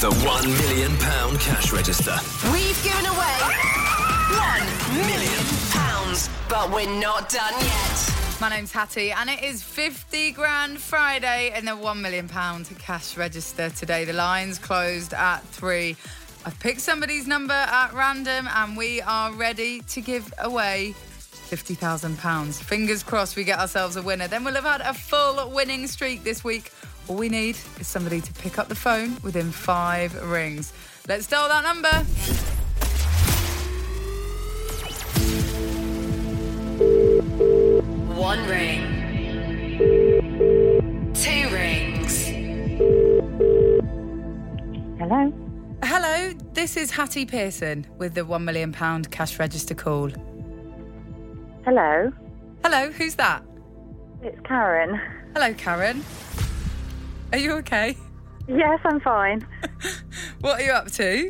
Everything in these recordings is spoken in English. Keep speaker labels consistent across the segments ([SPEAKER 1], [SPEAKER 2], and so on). [SPEAKER 1] The £1 million pound cash register.
[SPEAKER 2] We've given away one million pounds, but we're not done yet.
[SPEAKER 3] My name's Hattie, and it is 50 grand Friday in the £1 million cash register today. The lines closed at three. I've picked somebody's number at random, and we are ready to give away. £50,000. Fingers crossed we get ourselves a winner. Then we'll have had a full winning streak this week. All we need is somebody to pick up the phone within five rings. Let's dial that number.
[SPEAKER 2] One ring. Two rings.
[SPEAKER 4] Hello.
[SPEAKER 3] Hello, this is Hattie Pearson with the £1 million cash register call.
[SPEAKER 4] Hello.
[SPEAKER 3] Hello, who's that?
[SPEAKER 4] It's Karen.
[SPEAKER 3] Hello, Karen. Are you okay?
[SPEAKER 4] Yes, I'm fine.
[SPEAKER 3] What are you up to?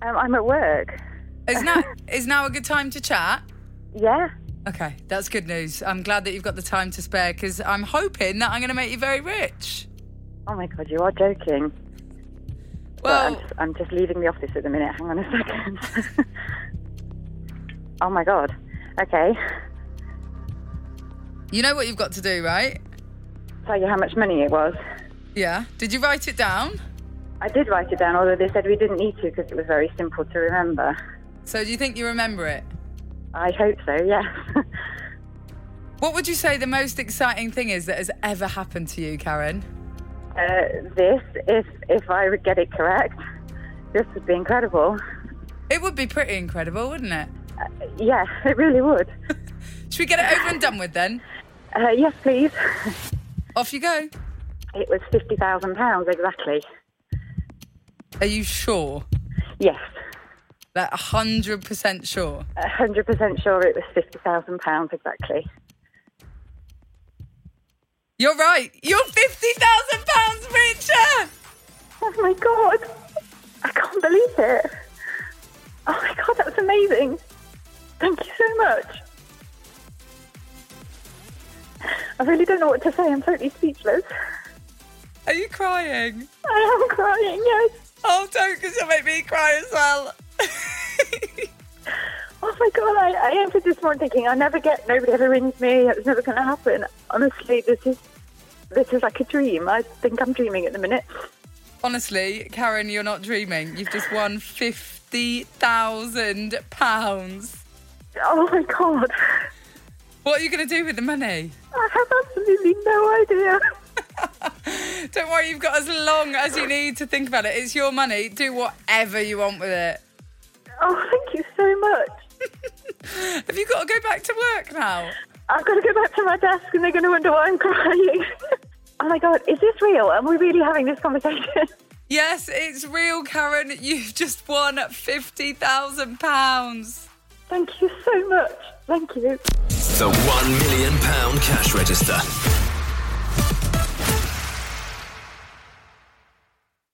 [SPEAKER 4] Um, I'm at work.
[SPEAKER 3] Is now is now a good time to chat?
[SPEAKER 4] Yeah.
[SPEAKER 3] Okay, that's good news. I'm glad that you've got the time to spare because I'm hoping that I'm going to make you very rich.
[SPEAKER 4] Oh my God, you are joking.
[SPEAKER 3] Well,
[SPEAKER 4] I'm, just, I'm just leaving the office at the minute. Hang on a second. oh my God. Okay.
[SPEAKER 3] you know what you've got to do, right?
[SPEAKER 4] Tell you how much money it was.
[SPEAKER 3] Yeah. Did you write it down?
[SPEAKER 4] I did write it down, although they said we didn't need to because it was very simple to remember.
[SPEAKER 3] So do you think you remember it?
[SPEAKER 4] I hope so. Yes.
[SPEAKER 3] What would you say the most exciting thing is that has ever happened to you, Karen?
[SPEAKER 4] uh, this, if if I would get it correct, this would be incredible.
[SPEAKER 3] It would be pretty incredible, wouldn't it?
[SPEAKER 4] Yeah, it really would.
[SPEAKER 3] Should we get it over and done with then?
[SPEAKER 4] Uh, yes, please.
[SPEAKER 3] Off you go.
[SPEAKER 4] It was fifty thousand pounds exactly.
[SPEAKER 3] Are you sure?
[SPEAKER 4] Yes,
[SPEAKER 3] Like 100% sure?
[SPEAKER 4] hundred percent sure it was fifty thousand pounds exactly.
[SPEAKER 3] You're right. You're fifty thousand pounds richer.
[SPEAKER 4] Oh my god, I can't believe it. Oh my god, that's amazing. Thank you so much. I really don't know what to say. I'm totally speechless.
[SPEAKER 3] Are you crying?
[SPEAKER 4] I am crying. Yes.
[SPEAKER 3] Oh, don't, because you'll make me cry as well.
[SPEAKER 4] Oh my god, I, I entered this morning thinking I never get nobody ever rings me, it's never gonna happen. Honestly, this is this is like a dream. I think I'm dreaming at the minute.
[SPEAKER 3] Honestly, Karen, you're not dreaming. You've just won fifty thousand pounds.
[SPEAKER 4] Oh my god.
[SPEAKER 3] What are you going to do with the money?
[SPEAKER 4] I have absolutely no idea.
[SPEAKER 3] Don't worry, you've got as long as you need to think about it. It's your money. Do whatever you want with it.
[SPEAKER 4] Oh, thank you so much.
[SPEAKER 3] Have you got to go back to work now?
[SPEAKER 4] I've got to go back to my desk and they're gonna wonder why I'm crying. oh my god, is this real? Are we really having this conversation?
[SPEAKER 3] Yes, it's real, Karen. You've just won fifty thousand pounds.
[SPEAKER 4] thank you so much. Thank you.
[SPEAKER 1] The £1 million pound cash register.